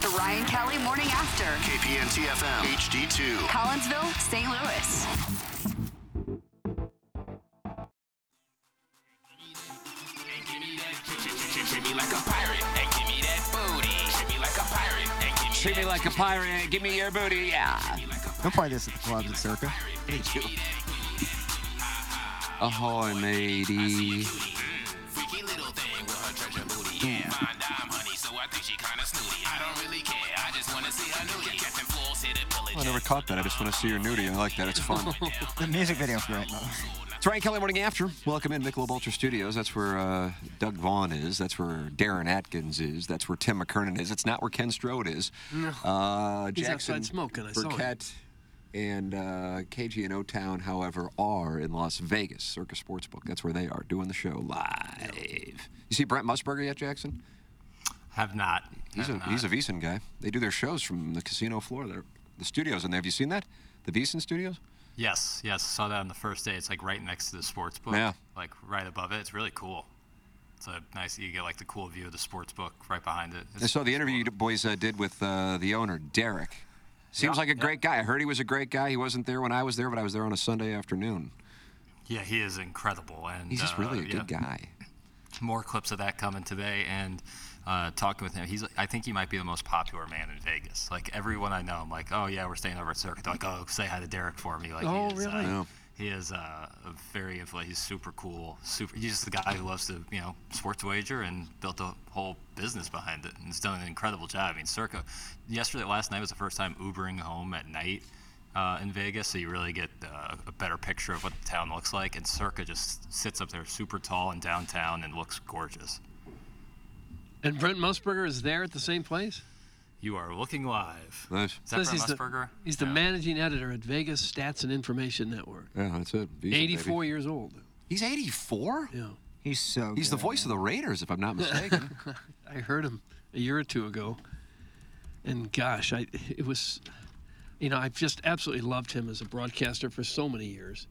The Ryan Kelly Morning After. KPN TFM HD2. Collinsville, St. Louis. Treat me like a pirate. Give me your booty. Yeah. Don't play this at the clubs at Circa. Ahoy, matey. I never caught that. I just want to see your nudie. I like that. It's fun. The music video's great, though. it's Ryan Kelly Morning After. Welcome in Michelob Ultra Studios. That's where uh, Doug Vaughn is. That's where Darren Atkins is. That's where Tim McKernan is. It's not where Ken Strode is. Uh, He's Jackson, outside smoking. I saw him. Burkett, and uh, KG and O Town, however, are in Las Vegas, Circus Sportsbook. That's where they are doing the show live. You see Brent Musburger yet, Jackson? Have not. He's a he's a Veasan guy. They do their shows from the casino floor. There, the studios in there. Have you seen that? The Veasan studios. Yes, yes. Saw that on the first day. It's like right next to the sports book. Yeah. Like right above it. It's really cool. It's a nice. You get like the cool view of the sports book right behind it. I saw the interview you boys uh, did with uh, the owner, Derek. Seems Yeah, like a yeah. great guy. I heard he was a great guy. He wasn't there when I was there, but I was there on a Sunday afternoon. Yeah, he is incredible. And He's just uh, really a yeah. good guy. More clips of that coming today, and uh, talking with him. He's. I think he might be the most popular man in Vegas. Like everyone I know, I'm like, oh yeah, we're staying over at Circuit. They're like, oh, say hi to Derek for me. Like, Oh, he is, uh, really? Yeah. He is uh, a very influ- He's super cool. Super. He's just the guy who loves to, you know, sports wager and built a whole business behind it. And he's done an incredible job. I mean, circa yesterday, last night was the first time Ubering home at night uh, in Vegas, so you really get uh, a better picture of what the town looks like. And circa just sits up there, super tall in downtown, and looks gorgeous. And Brent Musburger is there at the same place? You are looking live. Nice. Says Is that Brent he's the- Musburger? He's the Yeah. managing editor at Vegas Stats and Information Network. Yeah, that's it. Veasan, baby. 84 years old. He's 84. Yeah. He's so He's the good. voice of the Raiders, if I'm not mistaken. I heard him a year or two ago. And gosh, I it was you know, I've just absolutely loved him as a broadcaster for so many years.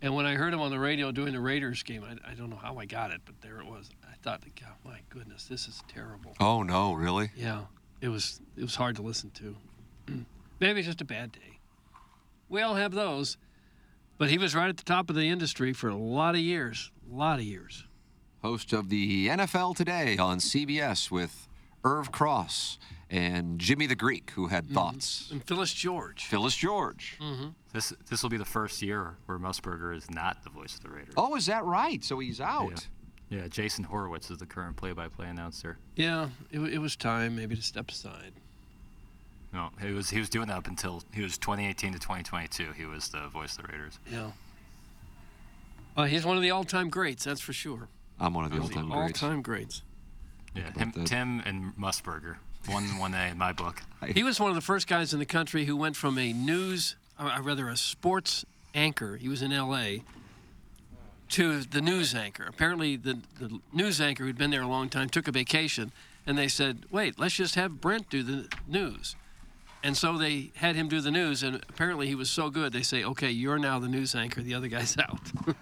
And when I heard him on the radio doing the Raiders game, I, I don't know how I got it, but there it was. I thought, God, my goodness, this is terrible. oh no, really? Yeah, it was it was hard to listen to. Maybe it's just a bad day. We all have those. But he was right at the top of the industry for a lot of years. A lot of years. host of the NFL Today on CBS with Irv Cross and Jimmy the Greek, who had Mm-hmm. thoughts. And Phyllis George. Phyllis George. Mm. This this will be the first year where Musburger is not the voice of the Raiders. Oh, is that right? So he's out. Yeah, Jason Horowitz is the current play-by-play announcer. Yeah, it, wa- it was time maybe to step aside. No, he was he was doing that up until he was 2018 to 2022. He was the voice of the Raiders. Yeah. Uh, he's one of the all-time greats, that's for sure. I'm one of the all-time greats. All-time greats. Yeah, him, that. Tim and Musburger, one one A in my book. He was one of the first guys in the country who went from a news, or uh, rather a sports anchor. He was in L.A. to the news anchor. Apparently, the, the news anchor who'd been there a long time took a vacation, and they said, "Wait, let's just have Brent do the news." And so they had him do the news, and apparently he was so good. They say, "Okay, you're now the news anchor. The other guy's out."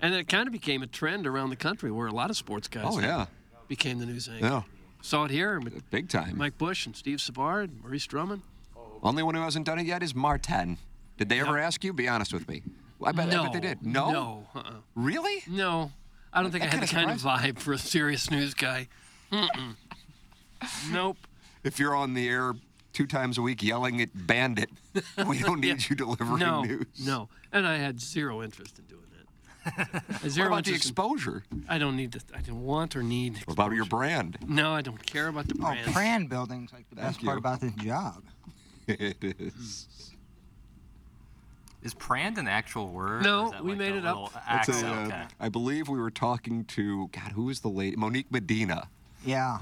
and it kind of became a trend around the country where a lot of sports guys Oh yeah, became the news anchor. yeah, Saw it here. with big time. Mike Bush and Steve Savard and Maurice Drummond. Only one who hasn't done it yet is Martin. Did they ever ask you? Be honest with me. I bet, I bet uh, they did. No. No. Uh-uh. Really? No. I don't think I That had the kind kinda of vibe for a serious news guy. Mm-mm. nope. If you're on the air two times a week yelling at Bandit. We don't need you delivering no, news. no. And I had zero interest in doing that. What zero about the interest in- exposure? What I don't need the. I don't want or need. about your brand? No, I don't care about the Oh, brand. brand building's like the best Thank you. part about this job. it is. Is "prand" an actual word? or No, is that we like made a it up. little That's a, Accent? uh, okay. I believe we were talking to God. Who was the lady? Monique Medina, Yeah.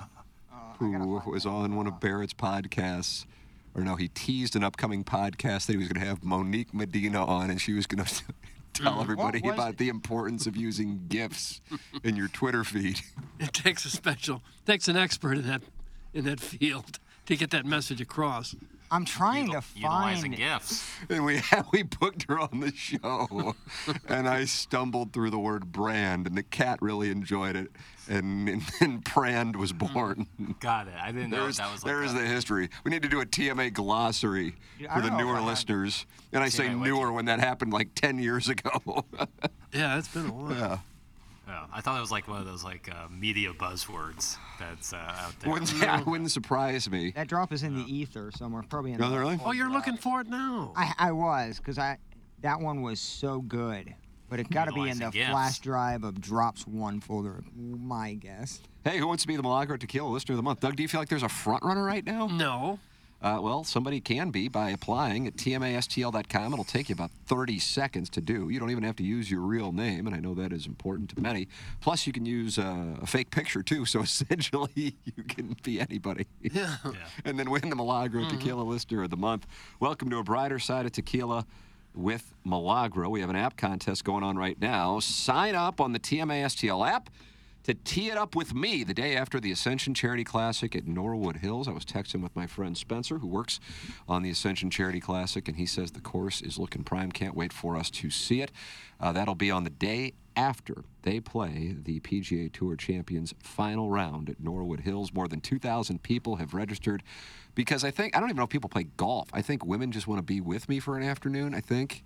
who was on one of Barrett's podcasts. Or no, he teased an upcoming podcast that he was going to have Monique Medina on, and she was going to tell everybody was about it? the importance of using GIFs in your Twitter feed. It takes a special. Takes an expert in that in that field to get that message across. I'm trying to Utilizing find gifts. and we we booked her on the show, and I stumbled through the word brand, and the cat really enjoyed it, and and, and brand was born. Got it. Mm-hmm. I didn't know There's, that was like there's a- the history. We need to do a TMA glossary Yeah, I for the don't know if newer I have- listeners, and I say TMA what? newer when that happened like ten years ago. Yeah, it's been a while. Oh, I thought it was like one of those like uh, media buzzwords that's uh, out there. wouldn't, yeah, wouldn't surprise me. that drop is in the ether somewhere, probably in. Oh, the- really? Oh, you're looking for it now. I, I was, cause I that one was so good, but it got to be in Utilizing the gifs. flash drive of drops one folder. My guess. Hey, who wants to be the Milagro Tequila Listener of the Month? Doug, do you feel like there's a front runner right now? no. Uh, well, somebody can be by applying at tmastl.com. It'll take you about 30 seconds to do. You don't even have to use your real name, and I know that is important to many. Plus, you can use uh, a fake picture too, so essentially you can be anybody. Yeah. and then win the Milagro Tequila Listener of the Month. Welcome to a brighter side of tequila with Milagro. We have an app contest going on right now. Sign up on the TMASTL app to tee it up with me the day after the Ascension Charity Classic at Norwood Hills. I was texting with my friend Spencer, who works on the Ascension Charity Classic, and he says the course is looking prime. Can't wait for us to see it. Uh, that'll be on the day after they play the PGA Tour Champions final round at Norwood Hills. More than 2,000 people have registered because I think, I don't even know if people play golf. I think women just want to be with me for an afternoon, I think.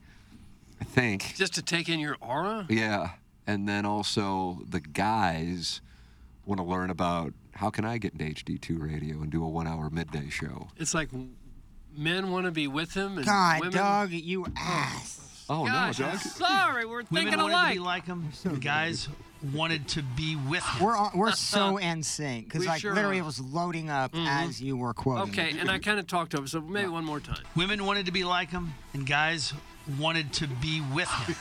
I think. Just to take in your aura. Yeah, and then also the guys want to learn about how can I get an HD2 radio and do a one-hour midday show. It's like men want to be with him. And God, women, Doug, you ass. Oh Gosh, no, I'm Doug! sorry, we're thinking Women wanted to alike. be like him. The guys wanted to be with him. We're on, we're so in sync, cause We like sure literally are. it was loading up as you were quoting. okay, and I kind of talked over, so maybe one more time. Women wanted to be like him, and guys wanted to be with him.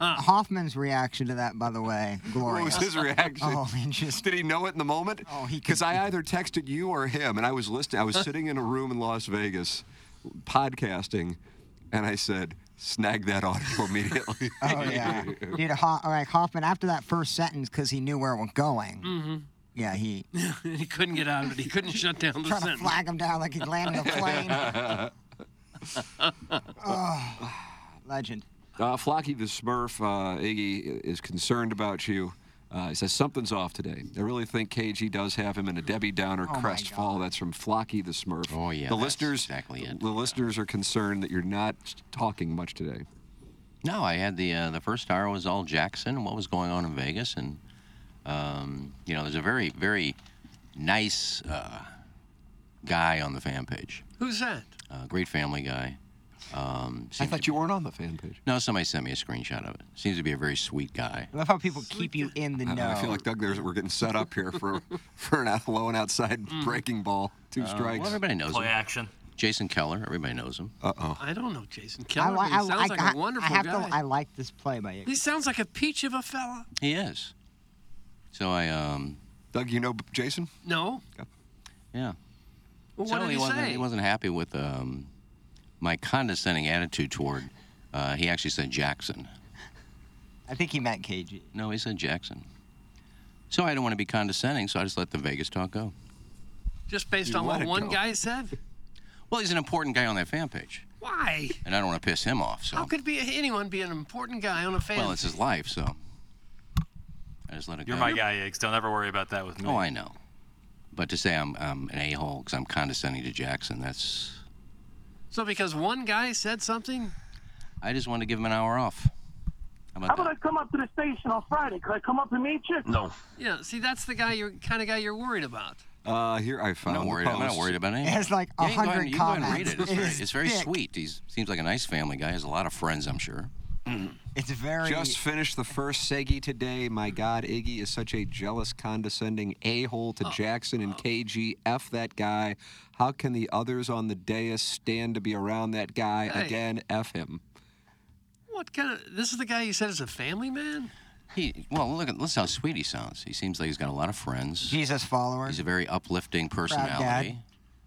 Hoffman's reaction to that, by the way, What was glorious. his reaction? Oh, man, just- did he know it in the moment? Oh, he could- because I either texted you or him, and I was listening. I was sitting in a room in Las Vegas, podcasting, and I said, "Snag that audio immediately." Oh yeah, dude. Ho- like Hoffman after that first sentence, because he knew where it was going. Mm-hmm. Yeah, he he couldn't get out of it. He couldn't shut down the trying to sentence. flag him down like he landed a plane. Oh, legend. Uh, Flocky the Smurf, uh, Iggy is concerned about you. Uh, he says something's off today. I really think KG does have him in a Debbie Downer Oh, my crestfall. God. That's from Flocky the Smurf. Oh, yeah, The that's listeners, exactly it. the listeners are concerned that you're not talking much today. No, I had the uh, the first hour was all Jackson and what was going on in Vegas, and um, you know, there's a very very nice uh, guy on the fan page, Who's that? uh, great family guy. Um, I seemed- thought you weren't on the fan page. no, somebody sent me a screenshot of it. Seems to be a very sweet guy. I love how people keep you in the I, don't know, know. I feel like Doug. There's we're getting set up here for for an out, low and outside Mm. breaking ball, two strikes. Well, everybody knows play him. action. Jason Keller, everybody knows him. I don't know, Jason I, Keller. li- but he I, sounds I, like a I- wonderful I have guy. to. I like this play by you. he sounds like a peach of a fella. He is. So I um, Doug, you know B- Jason? No. yeah. Well, So what did he, wasn't, say? He wasn't happy with um, my condescending attitude toward. Uh, he actually said Jackson. I think he meant KG. No, he said Jackson. So I didn't want to be condescending, so I just let the Vegas talk go. Just based You on let what it one go. guy said? Well, he's an important guy on that fan page, Why? and I don't want to piss him off. So, How could be anyone be an important guy on a fan? well, it's his life, so I just let it You're go. my guy, Iggs. Don't ever worry about that with me. Oh, I know. But to say I'm, I'm an a-hole because I'm condescending to Jackson, that's so because one guy said something? I just wanted to give him an hour off. How about that? come up to the station on Friday? Could I come up and meet you? No. Yeah, see, that's the guy you're kind of guy you're worried about. Uh, here I found. not the worried. I'm not post. worried about anything. Yeah, you can go ahead and- you can go ahead and read it. It's very, it's very sweet. He seems like a nice family guy. He has a lot of friends, I'm sure. It's very. Just finished the first Seggy today. My God, Iggy is such a jealous, condescending a hole Oh. to Jackson and KG. F that guy. How can the others on the dais stand to be around that guy Hey. again? F him. What kind of? This is the guy you said is a family man. He well, look at listen how sweet he sounds. He seems like he's got a lot of friends. Jesus follower. He's a very uplifting personality.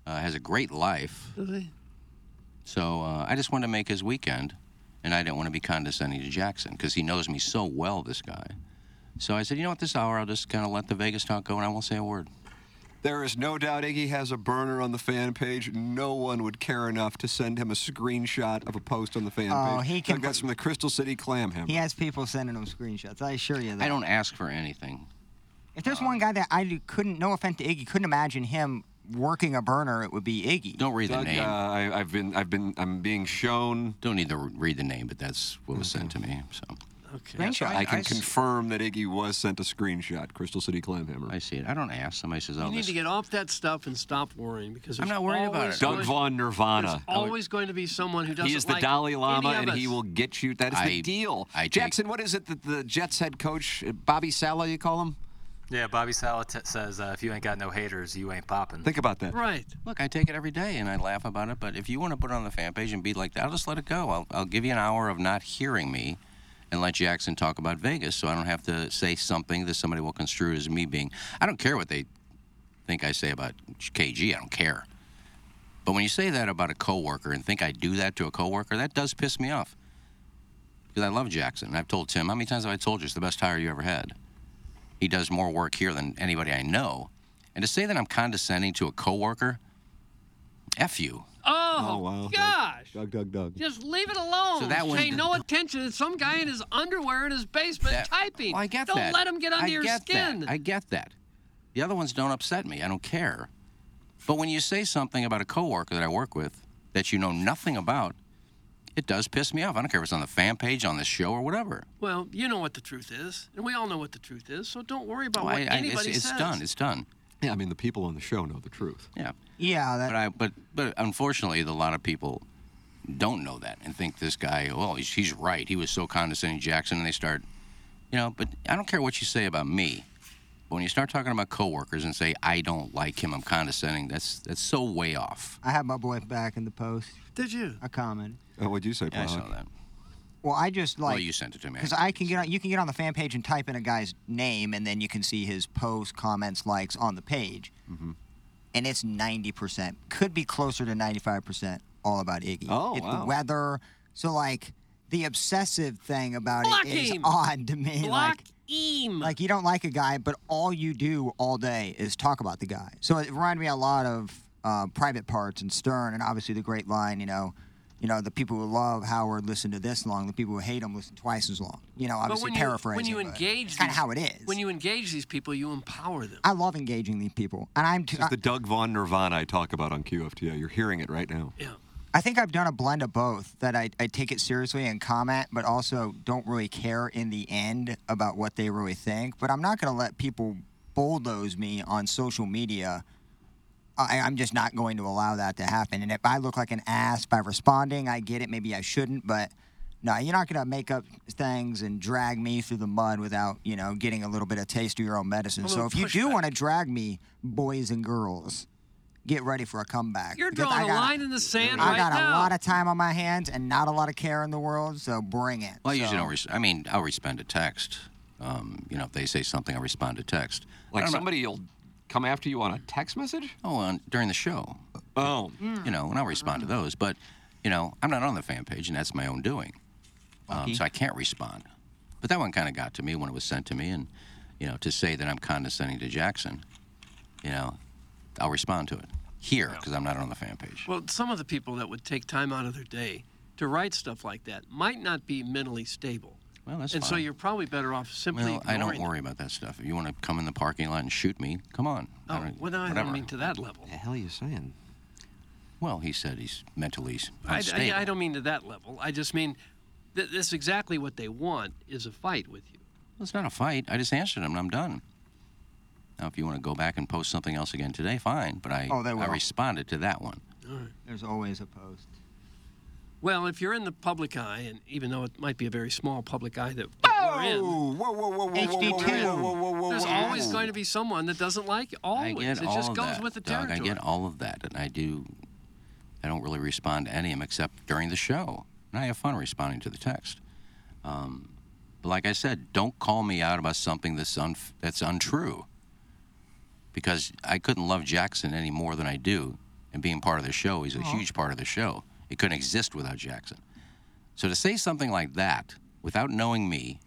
Uh, has a great life. So uh, I just wanted to make his weekend, and I didn't want to be condescending to Jackson because he knows me so well. This guy. So I said, you know what? This hour, I'll just kind of let the Vegas talk go, and I won't say a word. There is no doubt Iggy has a burner on the fan page. No one would care enough to send him a screenshot of a post on the fan Oh, page. he I've got some of the Crystal City clam hammer. He has people sending him screenshots. I assure you that. I don't ask for anything. If there's one guy that I do- couldn't, no offense to Iggy, couldn't imagine him working a burner, it would be Iggy. Don't read Doug, the name. uh, I, I've been, I've been, I'm being shown. Don't need to re- read the name, but that's what was sent to me. So Okay. Screenshot. I can I s- confirm that Iggy was sent a screenshot. Crystal City clam hammer. I see it. I don't ask. Somebody says, "Oh, You need this." to get off that stuff and stop worrying because I'm there's not worried about always it. Doug going- Von Nirvana. There's always going to be someone who doesn't He is the like Dalai Lama, any of and he us. will get you. That is the I- deal. I take- Jackson, what is it that the Jets head coach, uh, Bobby Sala, you call him? Yeah, Bobby Sala t- says uh, if you ain't got no haters, you ain't popping. Think about that. Right. Look, I take it every day and I laugh about it, but if you want to put it on the fan page and be like that, I'll just let it go. I'll, I'll give you an hour of not hearing me and let Jackson talk about Vegas so I don't have to say something that somebody will construe as me being. I don't care what they think I say about KG, I don't care. But when you say that about a coworker and think I do that to a coworker, that does piss me off. Because I love Jackson. And I've told Tim, how many times have I told you it's the best hire you ever had? He does more work here than anybody I know. And to say that I'm condescending to a coworker, F you. Oh, wow. gosh. Doug, Doug, Doug. Just leave it alone. So that one- Pay no attention to some guy in his underwear in his basement That- typing. Well, I get Don't that. let him get under I your get that. skin. I get that. The other ones don't upset me. I don't care. But when you say something about a coworker that I work with that you know nothing about, it does piss me off. I don't care if it's on the fan page, on the show, or whatever. Well, you know what the truth is, and we all know what the truth is. So don't worry about Well, what Oh, I- I- it's, anybody it's says. done. It's done. Yeah, I mean, the people on the show know the truth. Yeah. Yeah, that, But I but but unfortunately, a lot of people don't know that and think this guy. Well, he's, he's right. He was so condescending, Jackson, and they start, you know. But I don't care what you say about me. But when you start talking about coworkers and say I don't like him, I'm condescending. That's that's so way off. I had my boy back in the post. Did you? I commented. Oh, what'd you say, Yeah, I Plowhawk? saw that. Well, I just like. well, you sent it to me. because I can get on, you can get on the fan page and type in a guy's name, and then you can see his posts, comments, likes on the page, Mm-hmm. and it's ninety percent, could be closer to ninety-five percent, all about Iggy. Oh, it's wow. the weather. So like the obsessive thing about Block it is him. odd to me. Block Like, him. like you don't like a guy, but all you do all day is talk about the guy. So it reminded me a lot of uh, Private Parts and Stern, and obviously the great line, you know, you know the people who love Howard listen to this long, the people who hate him listen twice as long. You know, but obviously when you, when paraphrasing. you but engage, it's kind these- of how it is. When you engage these people, you empower them. I love engaging these people, and I'm. Too, This is the Doug Von Nirvana I talk about on QFTA. You're hearing it right now. yeah. I think I've done a blend of both. That I, I take it seriously and comment, but also don't really care in the end about what they really think. But I'm not going to let people bulldoze me on social media. I, I'm just not going to allow that to happen. And if I look like an ass by responding, I get it. Maybe I shouldn't, but no, you're not going to make up things and drag me through the mud without you know getting a little bit of taste of your own medicine. So little if you do pushback. want to drag me, boys and girls, get ready for a comeback. You're because drawing I a gotta- line in the sand I right got now. a lot of time on my hands and not a lot of care in the world, so bring it. well, I usually So- don't. Res- I mean, I'll respond to text. Um, you know, if they say something, I respond to text. I Like don't know- somebody will come after you on a text message? Oh, on, during the show. Oh. you know, and I'll respond Mm-hmm. to those. But, you know, I'm not on the fan page, and that's my own doing. Um, so I can't respond. But that one kind of got to me when it was sent to me, and, you know, to say that I'm condescending to Jackson, you know, I'll respond to it here because I'm not on the fan page. Well, some of the people that would take time out of their day to write stuff like that might not be mentally stable. Well, that's and so fine. you're probably better off simply Well, I don't ignoring worry about that stuff. If you want to come in the parking lot and shoot me, come on. them. Oh, well, no, I whatever. don't mean to that level. The hell are you saying? Well, he said he's mentally I, unstable. I, I don't mean to that level. I just mean th- that's exactly what they want is a fight with you. Well, It's not a fight. I just answered him, and I'm done. Now, if you want to go back and post something else again today, fine. But I, Oh, they I will. responded to that one. There's always a post. Well, if you're in the public eye, and even though it might be a very small public eye that we're in, Whoa, whoa, whoa, whoa, whoa, HD2. whoa, whoa, whoa, whoa, whoa, there's whoa, always whoa. going to be someone that doesn't like it. Always, I get it all just of goes that, with the Doug. territory. I get all of that, and I do. I don't really respond to any of them except during the show, and I have fun responding to the text. Um, but like I said, don't call me out about something that's un- that's untrue, because I couldn't love Jackson any more than I do, and being part of the show, he's a huge part of the show. It couldn't exist without Jackson. So to say something like that without knowing me,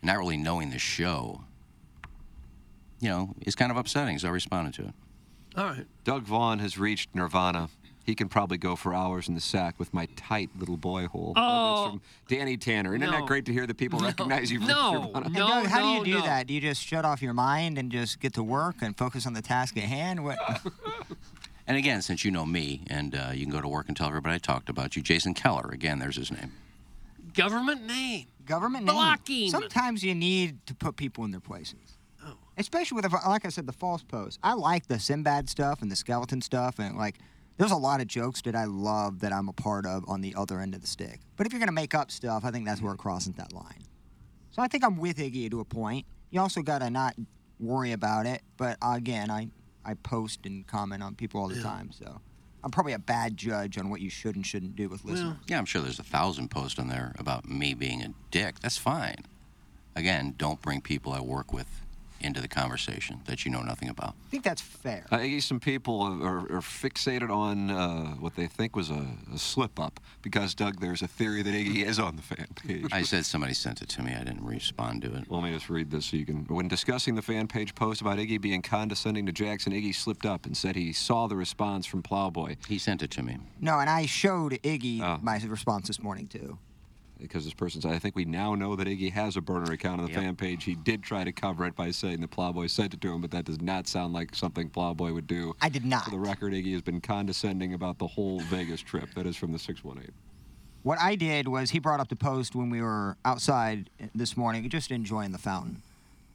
and not really knowing the show, you know, is kind of upsetting. So I responded to it. all right. Doug Vaughn has reached nirvana. He can probably go for hours in the sack with my tight little boy hole. Oh. From Danny Tanner. Isn't that No. great to hear that people recognize you've reached No, nirvana? no, Doug, how do no, you do no. that? Do you just shut off your mind and just get to work and focus on the task at hand? What? And again, since you know me, and uh, you can go to work and tell everybody I talked about you, Jason Keller. Again, there's his name. Government name. Government name. Block him. Sometimes you need to put people in their places. Oh. Especially with, the- like I said, the false posts. I like the Sinbad stuff and the skeleton stuff, and like, there's a lot of jokes that I love that I'm a part of on the other end of the stick. But if you're gonna make up stuff, I think that's where it crosses that line. So I think I'm with Iggy to a point. You also gotta not worry about it. But again, I I post and comment on people all the time, so I'm probably a bad judge on what you should and shouldn't do with listeners. Yeah, I'm sure there's a thousand posts on there about me being a dick. That's fine. Again, don't bring people I work with into the conversation that you know nothing about. I think that's fair. I think some people are, are, are fixated on uh, what they think was a, a slip up because, Doug, there's a theory that Iggy is on the fan page. I said somebody sent it to me. I didn't respond to it. Let me just read this so you can. When discussing the fan page post about Iggy being condescending to Jackson, Iggy slipped up and said he saw the response from Plowboy He sent it to me. No, and I showed Iggy Oh. my response this morning too. because this person said, I think we now know that Iggy has a burner account on the fan page. He did try to cover it by saying the Plowboy sent it to him, but that does not sound like something Plowboy would do. I did not. For the record, Iggy has been condescending about the whole Vegas trip. That is from the 618. What I did was he brought up the post when we were outside this morning, just enjoying the fountain.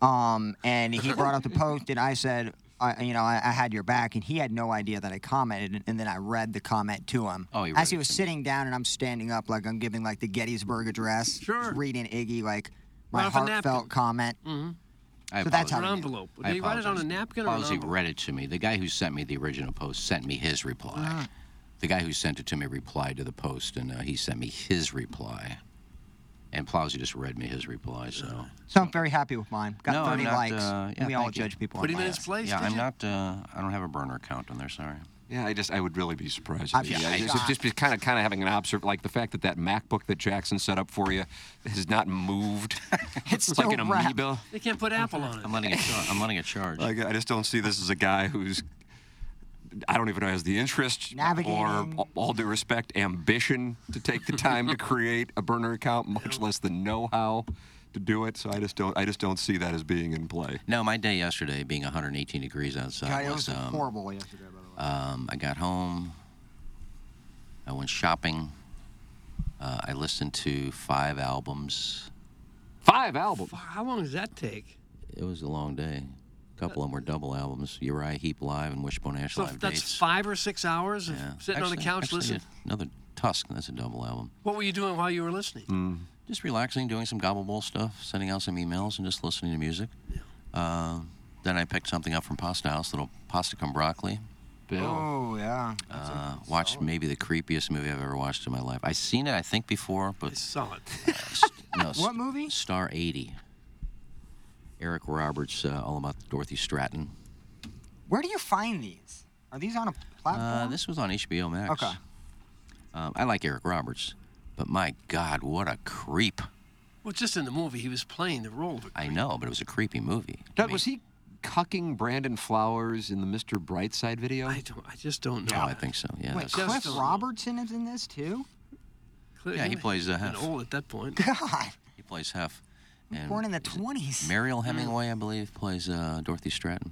Um, and he brought up the post, and I said, I, you know, I, I had your back, and he had no idea that I commented, and, and then I read the comment to him. Oh, he read As he it was to me. sitting down, and I'm standing up, like I'm giving like the Gettysburg Address, Sure. reading Iggy like my Off a napkin. heartfelt comment. Mm-hmm. I So that's apologize. how An I envelope. I Do you write it on a apologize. napkin or an Palsy Oh. envelope? read it to me. The guy who sent me the original post sent me his reply. Ah. The guy who sent it to me replied to the post, and uh, he sent me his reply. And Plowsy just read me his reply, so. So I'm very happy with mine. Got No, I'm 30 not, likes. uh, and yeah, we all thank you. judge people. Put him online. in his place. Yeah, did I'm you? not. Uh, I don't have a burner account on there. Sorry. Yeah, I just I would really be surprised. I'm if you- I shocked. just, just be kind of kind of having an observe like the fact that that MacBook that Jackson set up for you has not moved. it's like still an wrapped. amoeba. They can't put Apple on it. I'm letting it. Char- I'm letting it charge. Like I just don't see this as a guy who's I don't even know has the interest or Navigating. all- all due respect ambition to take the time to create a burner account, much less the know-how to do it. So I just don't I just don't see that as being in play. no, my day yesterday being 118 degrees outside God, it was was. um, horrible yesterday, by the way. um, I got home. I went shopping. Uh, I listened to five albums. Five albums. How long does that take? It was a long day. A couple of them were double albums: Uriah Heep live and Wishbone Ash So live that's dates. five or six hours of Yeah. sitting on the Actually- couch actually, listening. Another Tusk. That's a double album. What were you doing while you were listening? Mm, Just relaxing, doing some gobble bowl stuff, sending out some emails, and just listening to music. Uh, then I picked something up from Pasta House, little pasta con broccoli. Oh, yeah. Uh, watched maybe the creepiest movie I've ever watched in my life. I've seen it, I think, before, I but saw it. no. What movie? Star 80. Eric Roberts, uh, all about Dorothy Stratton. Where do you find these? Are these on a platform? Uh, this was on HBO Max. Okay. Um, I like Eric Roberts, but my God, what a creep! Well, just in the movie, he was playing the role of a I know, but it was a creepy movie. I Doug, mean, was he cucking Brandon Flowers in the Mr. Brightside video? I don't. I just don't know. Oh, I think so. Yeah. Wait, that's- Cliff Cliff Stone. Robertson is in this too? Clearly, Yeah, he plays, uh, been Hef. old at that point. God. he plays Hef. And Born in the is it 20s. Mariel Hemingway, I believe, plays uh, Dorothy Stratton.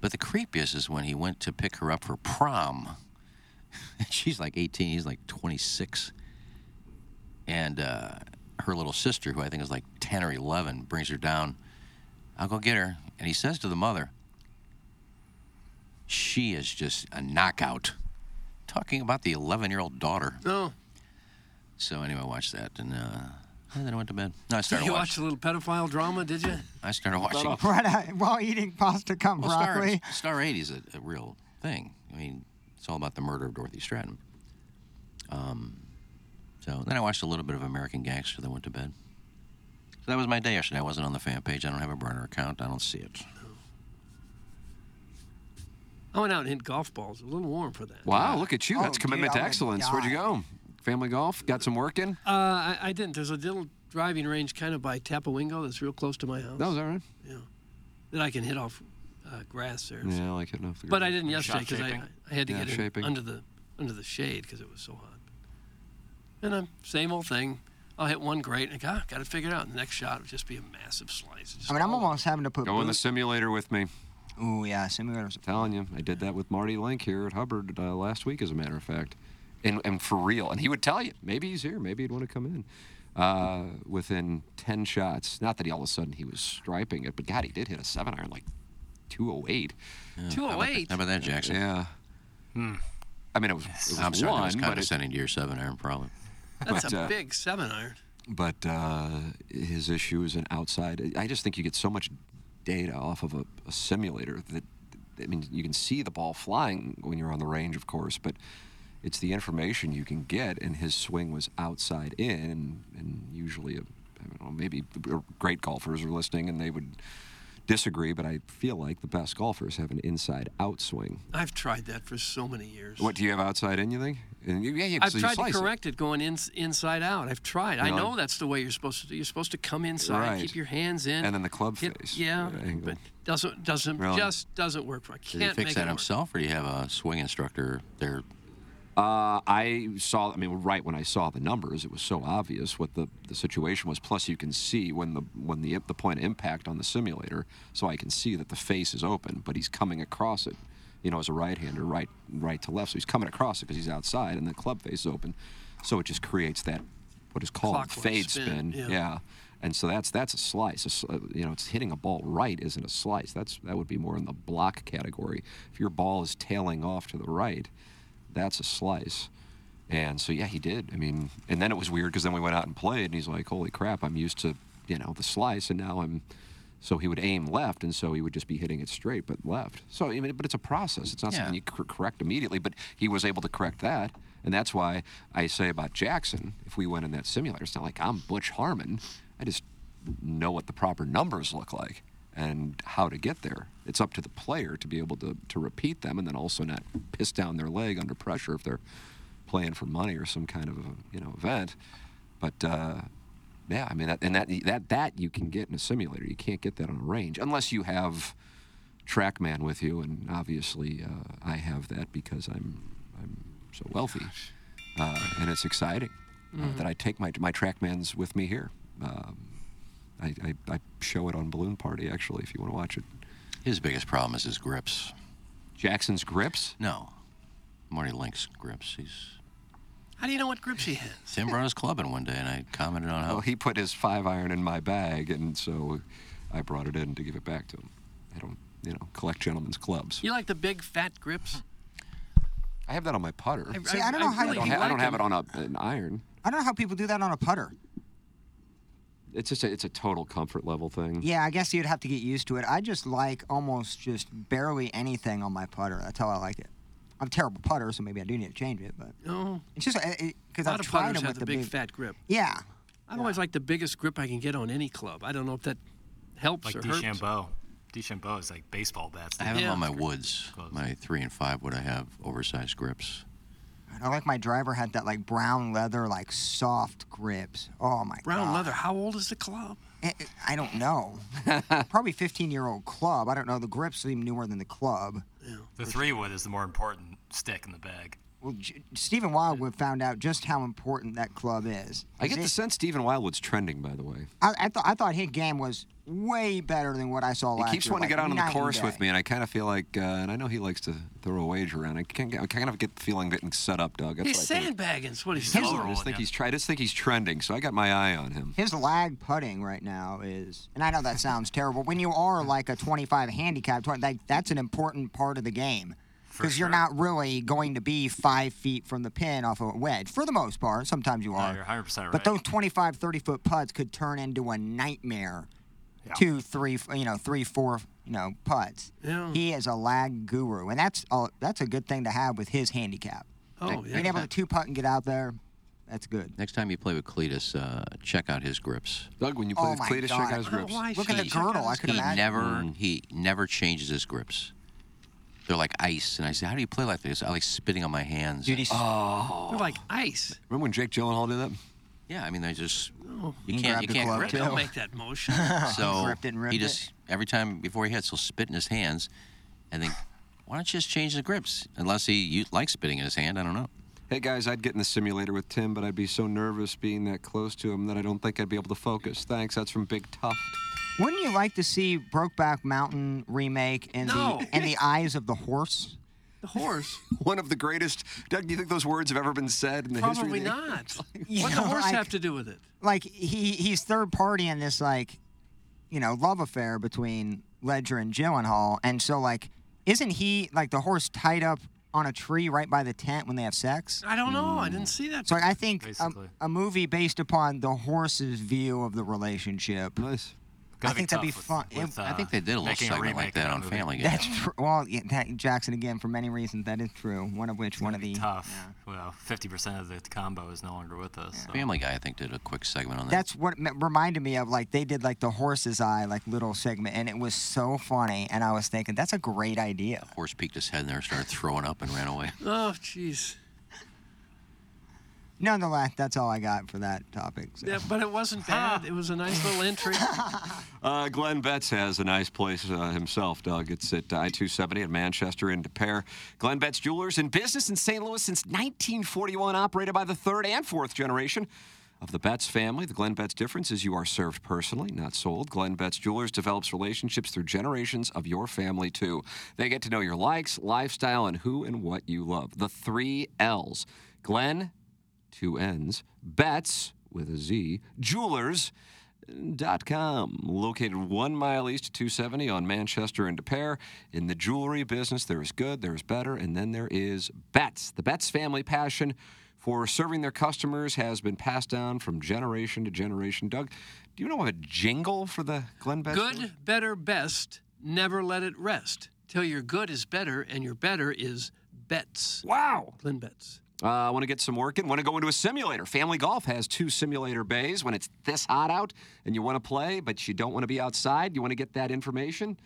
But the creepiest is when he went to pick her up for prom. She's like 18, he's like 26. And uh, her little sister, who I think is like 10 or 11, brings her down. I'll go get her. And he says to the mother, She is just a knockout. Talking about the 11 year old daughter. No. So, anyway, I watched that. And, uh, and then I went to bed. No, I started You watched watching. a little pedophile drama, did you? I started watching. Right, uh, while eating pasta cum Well, broccoli. Star, Star 80 is a, a real thing. I mean, it's all about the murder of Dorothy Stratton. Um, so then I watched a little bit of American Gangster, then went to bed. So that was my day yesterday. I wasn't on the fan page. I don't have a burner account. I don't see it. I went out and hit golf balls. A little warm for that. Wow, look at you. Oh, That's dude, commitment I to would excellence. Where'd you die. go? Family golf? Got some work in? Uh, I, I didn't. There's a little driving range kind of by Tapawingo that's real close to my house That was all right. that I can hit off uh, grass there. Yeah, I like it enough. But I didn't yesterday Shot because I, shaping. I had to Yeah, get in shaping. under the under the shade because it was so hot. And I'm same old thing. I'll hit one great and I got got it figured out. The next shot would just be a massive slice. Just I mean, I'm all- almost having to uh, put. Go in the boot- simulator with me. Ooh, yeah, simulators. telling you, I did that with Marty Link here at Hubbard uh, last week, as a matter of fact, and and for real. And he would tell you, maybe he's here, maybe he'd want to come in. Uh, within ten shots, not that he all of a sudden he was striping it, but God, he did hit a seven iron like two oh eight. How 208. about that, Jackson? Yeah. I mean, it was, it was I'm sorry. that was one, but it- condescending to your seven iron, probably. That's but, a uh, big seven iron. but uh, his issue is an outside. I just think you get so much data off of a, a simulator that I mean, you can see the ball flying when you're on the range, of course, but it's the information you can get. And his swing was outside in, and, and usually, a, I don't know, maybe great golfers are listening and they would disagree, but I feel like the best golfers have an inside out swing. I've tried that for so many years. What do you have outside in? You think? And you, yeah, yeah. I've so you tried to slice it. correct it going in, inside out. I've tried. I Really? know that's the way you're supposed to do. You're supposed to come inside, Right. keep your hands in, And then the club hit- face. Yeah, uh, angle. but doesn't doesn't Really? just doesn't work for. I Did he can't fix make that it work. himself, or do you have a swing instructor there? Uh, I saw. I mean, right when I saw the numbers, it was so obvious what the, the situation was. Plus, you can see when the when the the point of impact on the simulator, so I can see that the face is open, but he's coming across it. You know, as a right-hander, right right to left, so he's coming across it because he's outside, and the club face is open, so it just creates that what is called Clockwise fade spin, spin. yeah. And so that's that's a slice. A s- uh, you know, it's hitting a ball right isn't a slice. That's that would be more in the block category. If your ball is tailing off to the right, that's a slice. And so yeah, he did. I mean, and then it was weird because then we went out and played, and he's like, "Holy crap! I'm used to you know the slice, and now I'm." So he would aim left, and so he would just be hitting it straight, but left. So I mean, but it's a process. It's not Yeah. something you cor- correct immediately. But he was able to correct that, and that's why I say about Jackson. If we went in that simulator, it's not like I'm Butch Harmon. I just know what the proper numbers look like and how to get there. It's up to the player to be able to, to repeat them and then also not piss down their leg under pressure if they're playing for money or some kind of a, you know event. But uh, yeah, I mean that and that that that you can get in a simulator. You can't get that on a range unless you have TrackMan with you, and obviously uh, I have that because I'm I'm so wealthy, uh, and it's exciting uh, that I take my my TrackMans with me here. Um, I, I, I show it on Balloon Party actually if you want to watch it. His biggest problem is his grips. Jackson's grips. No, Marty Link's grips. He's How do you know what grips he has? Tim brought his club in one day, and I commented on how Well, he put his five iron in my bag, and so I brought it in to give it back to him. I don't you know collect gentlemen's clubs. You like the big fat grips? I have that on my putter. See, I don't know how I really don't, do ha- I like don't have them. it on a, an iron. I don't know how people do that on a putter. It's just a, it's a total comfort level thing. Yeah, I guess you'd have to get used to it. I just like almost just barely anything on my putter. That's how I like it. I'm a terrible putter, so maybe I do need to change it. But No, it's just because a I've lot of tried putters them have with the the big, fat grip. Yeah, I've always liked the biggest grip I can get on any club. I don't know if that helps Like or hurts. DeChambeau. DeChambeau is like baseball bats. I have them Yeah. on my woods. My three and five wood, I have oversized grips. I like my driver had that like brown leather, like soft grips. Oh my Brown Ah. God. leather. How old is the club? Eh, eh, I don't know. Probably 15 year old club. I don't know. The grips seem newer than the club. The three wood is the more important stick in the bag. Well, J- Stephen Wildwood found out just how important that club is. I get the sense Stephen Wildwood's trending, by the way. I, I, thought I thought his game was way better than what I saw He last keeps year. wanting to like get on in the night and chorus day. with me, and I kind of feel like, uh, and I know he likes to throw a wager around. I can't get, I kind of get the feeling getting set up, Doug. That's He's what I think. sandbagging. Is what he's I doing. just think he's. Tri- I just think he's trending, so I got my eye on him. His lag putting right now is, and I know that sounds terrible. When you are like a 25 handicap, twen- like that's an important part of the game because you're not really going to be five feet from the pin off of a wedge for the most part. Sometimes you are, you're 100% right. but those 25, 30 foot putts could turn into a nightmare. Two, three, f- you know, three, four, you know, putts. Yeah. He is a lag guru, and that's a, that's a good thing to have with his handicap. Oh, Being yeah. able to two putt and get out there, that's good. Next time you play with Cletus, uh, check out his grips. Doug, when you play Oh with my Cletus, God. check out his Oh, grips. why Look at the should you? girdle. I could He imagine. never he never changes his grips. They're like ice, and I say, "How do you play like this?" I like spitting on my hands. Dude, he's They're like ice. Remember when Jake Gyllenhaal did that? yeah, I mean, they just You you can can't grab Oh, you the can't glove, grip too. it. Don't make that motion. So Gripped Uh-huh. it and ripped he it. just every time before he hits, he'll spit in his hands, and then why don't you just change the grips? Unless he you, likes spitting in his hand, I don't know. Hey guys, I'd get in the simulator with Tim, but I'd be so nervous being that close to him that I don't think I'd be able to focus. Thanks. That's from Big Tuft. Wouldn't you like to see Brokeback Mountain remake in No. the in the eyes of the horse? the horse. One of the greatest. Doug, do you think those words have ever been said in the history? Probably of the- not. You What the know, horse like- have to do with it? Like he he's third party in this like, you know, love affair between Ledger and Gyllenhaal, and so like, isn't he like the horse tied up on a tree right by the tent when they have sex? I don't know. I didn't see that. Mm. So like, I think a, Basically. um, a movie based upon the horse's view of the relationship. Nice. I think that'd be fun. If- uh, I think they did uh, a little segment like that on Family Guy. That's true. Well, yeah, that, Jackson again for many reasons that is true. One of which one of the Tough. Well, 50% of the combo is no longer with us. so- Family Guy, I think, did a quick segment on that. That's what m- reminded me of like they did like the horse's eye like little segment, and it was so funny. And I was thinking that's a great idea. horse peeked his head in there, started throwing up, and ran away. oh, jeez. Nonetheless, that's all I got for that topic. so. Yeah, but it wasn't bad. It was a nice little entry. Uh, Glenn Betts has a nice place uh, himself, Doug. It's at uh, I 270 at Manchester in De Pere. Glenn Betts Jewelers in business in St. Louis since 1941, operated by the third and fourth generation of the Betts family. The Glenn Betts difference is you are served personally, not sold. Glenn Betts Jewelers develops relationships through generations of your family, too. They get to know your likes, lifestyle, and who and what you love. The three L's. Glenn, two N's, Betts with a Z, Jewelers com, located one mile east of 270 on Manchester and De Pere. In the jewelry business, there is good, there is better, and then there is Betts. The Betts family passion for serving their customers has been passed down from generation to generation. Doug, do you know of a jingle for the Glenn Betts? good, better, best. Never let it rest till your good is better and your better is bets. Wow. Glenn Betts. Uh, I want to get some work in. Want to go into a simulator. Family Golf has two simulator bays when it's this hot out and you want to play, but you don't want to be outside. You want to get that information.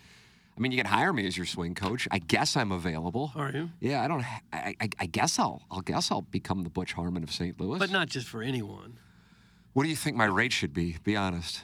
I mean, you can hire me as your swing coach. I guess I'm available. Are you? Yeah, I don't. ha- I, I, I guess I'll. I'll guess I'll become the Butch Harmon of St. Louis. But not just for anyone. What do you think my rate should be? Be honest.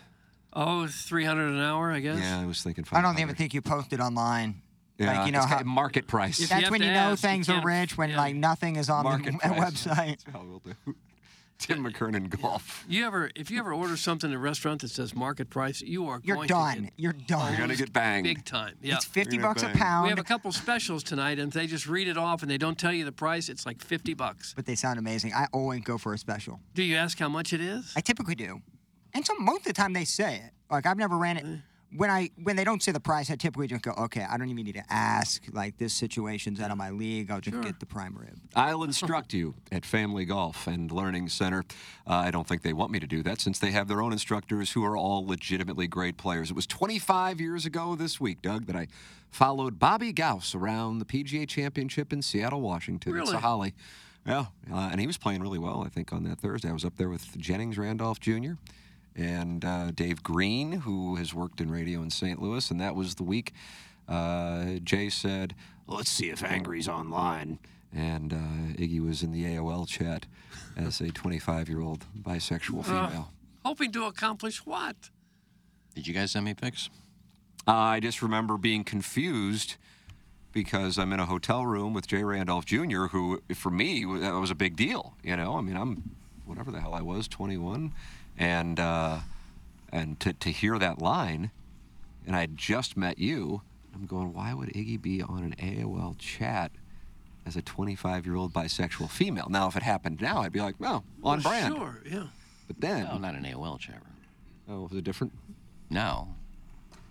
Oh, 300 an hour, I guess. Yeah, I was thinking. I don't 500. even think you posted online. Yeah, like you know it's how got market price. you that's have when to you know ask, you things are can't- rich when yeah. like nothing is on market the price. website. That's how we'll do. Tim McKernan Golf. You ever, if you ever order something at a restaurant that says market price, you are You're going to done. get You're done. You're gonna get banged. big time. Yeah. It's fifty You're gonna bucks a bang. We pound. We have a couple specials tonight, and they just read it off and they don't tell you the price. It's like 50 bucks. but they sound amazing. I always go for a special. Do you ask how much it is? I typically do. And so most of the time they say it. Like I've never ran it. Mm. When I when they don't say the price, I typically just go, okay, I don't even need to ask. Like this situation's out of my league. I'll just get the prime rib. I'll instruct you at Family Golf and Learning Center. Uh, I don't think they want me to do that since they have their own instructors who are all legitimately great players. It was 25 years ago this week, Doug, that I followed Bobby Gauss around the PGA Championship in Seattle, Washington. It's a Really? holly. Yeah, uh, and he was playing really well, I think, on that Thursday. I was up there with Jennings Randolph Jr. and uh, Dave Green, who has worked in radio in St. Louis, and that was the week uh, Jay said, Let's see if Angry's online. And uh, Iggy was in the AOL chat as a 25 year old bisexual female. Hoping to accomplish what? Did you guys send me pics? Uh, I just remember being confused because I'm in a hotel room with Jay Randolph Jr., who for me wa- that was a big deal. You know, I mean, I'm whatever the hell I was, 21, and uh, and to to hear that line, and I had just met you. I'm going, why would Iggy be on an AOL chat as a 25 year old bisexual female? Now, if it happened now, I'd be like, well, Well, on brand. Sure, yeah. But then, No, not an AOL chat room. oh, was it different? No.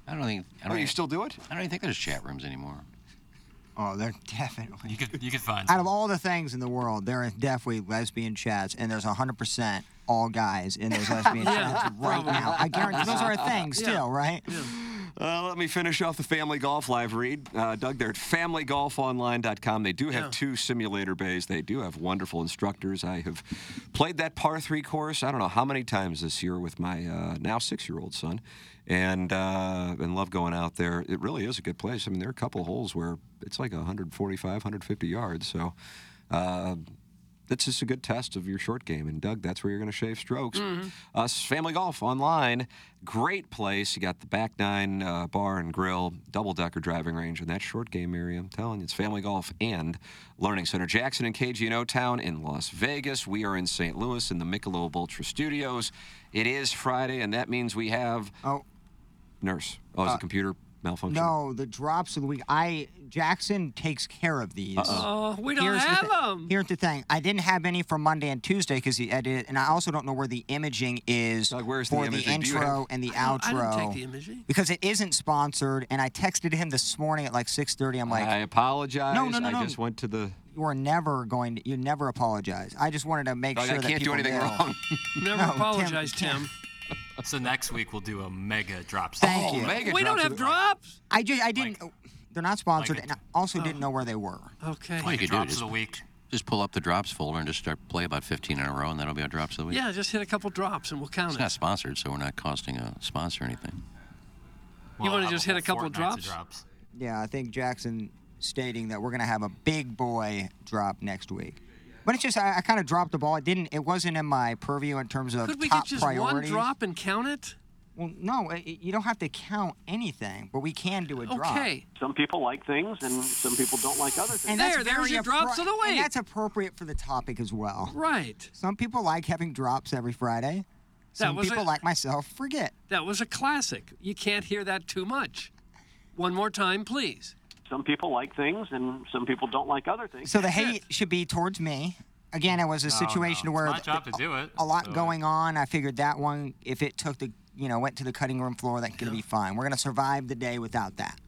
I don't think. I Oh, don't, you even- still do it? I don't even think there's chat rooms anymore. Oh, they're definitely. You could you could find Out of some. all the things in the world, there are definitely lesbian chats, and there's 100% all guys in those lesbian chats right now. I guarantee those are a thing still, right? Uh, let me finish off the Family Golf Live read. Uh, Doug, they're at familygolfonline.com. They do have two simulator bays. They do have wonderful instructors. I have played that par three course, I don't know how many times this year with my uh, now six year old son, and, uh, and love going out there. It really is a good place. I mean, there are a couple holes where it's like 145, 150 yards. So uh, that's just a good test of your short game. And Doug, that's where you're going to shave strokes. Us Family Golf online, great place. You got the back nine uh, bar and grill, double decker driving range, and that short game area. I'm telling you, it's Family Golf and Learning Center. Jackson and KG in O Town in Las Vegas. We are in St. Louis in the Michelob Ultra Studios. It is Friday, and that means we have Oh, Uh, nurse. Oh, is the computer malfunctioning? no, the drops of the week. I Jackson takes care of these. Oh, we don't Here's the have thi- them. Here's the thing. I didn't have any for Monday and Tuesday because he edited, and I also don't know where the imaging is Doug, where's the for the, imaging? Do you have- intro and the I outro. don't- I didn't take the imaging. because it isn't sponsored. And I texted him this morning at like 6:30. I'm like, I apologize. No, no, no, I no. just went to the. you are never going to. You never apologize. I just wanted to make Doug, sure I that can't do people anything know. wrong. Never No, Tim- apologize, Tim. So next week we'll do a mega drop. Thank session. Oh, you. Mega We don't drops have it. drops. I just, I didn't. oh, Like- they're not sponsored, like- and I oh, also didn't know where they were. Okay. All you Mega could do drops is of the week. just pull up the drops folder and just start play about 15 in a row, and that'll be our drops of the week. Yeah, just hit a couple drops and we'll count It's it. not sponsored, so we're not costing a sponsor anything. You We'll wanna have just hit whole a couple of fortnight's drops? Yeah, I think Jackson stating that we're gonna have a big boy drop next week. But it's just I, I kind of dropped the ball. It didn't. It wasn't in my purview in terms of Could we top get just priorities. one drop and count it? Well, no, i- you don't have to count anything, but we can do a drop. Okay. Some people like things and some people don't like other things. And that's There, there's very your drops of the and week. that's appropriate for the topic as well. Right. Some people like having drops every Friday. Some was people a- like myself forget. That was a classic. You can't hear that too much. One more time, please. Some people like things and some people don't like other things. So the hate should be towards me. Again, it was a Oh, no. situation It's where my th- job to do it, a lot so- going on. I figured that one, if it took the you know went to the cutting room floor, that's gonna be fine. We're gonna survive the day without that.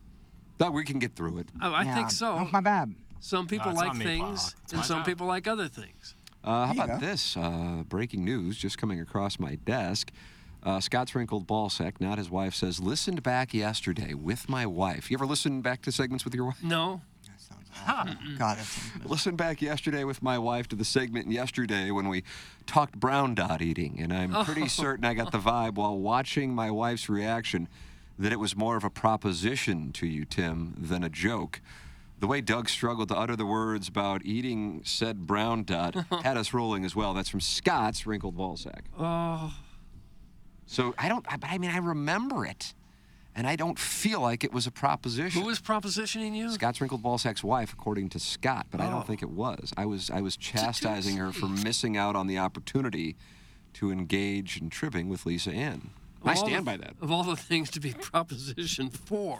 Doug, we can get through it. Oh, I Yeah, think so. oh, My bad. Some people it's like on me, Paul. things, It's and my some job. people like other things. Uh, how you about go. this? Uh, breaking news just coming across my desk. Uh, Scott's wrinkled ball sack, not his wife, says, listened back yesterday with my wife. You ever listen back to segments with your wife? No. God, that's- Listen back yesterday with my wife to the segment yesterday when we talked brown dot eating. And I'm pretty certain I got the vibe while watching my wife's reaction that it was more of a proposition to you, Tim, than a joke. The way Doug struggled to utter the words about eating said brown dot had us rolling as well. That's from Scott's wrinkled ball sack. Oh. So I don't, I- but I mean, I remember it. And I don't feel like it was a proposition. Who was propositioning you? Scott's wrinkled ballsack's wife, according to Scott, but I don't think it was. I was I was chastising her for missing out on the opportunity to engage in tripping with Lisa Ann. And I Of all stand the- by that. Of all the things to be proposition for,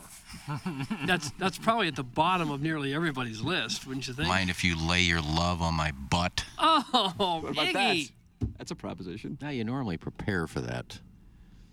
that's that's probably at the bottom of nearly everybody's list, wouldn't you think? Mind if you lay your love on my butt? Oh, What about that? Iggy. That's a proposition. Now you normally prepare for that.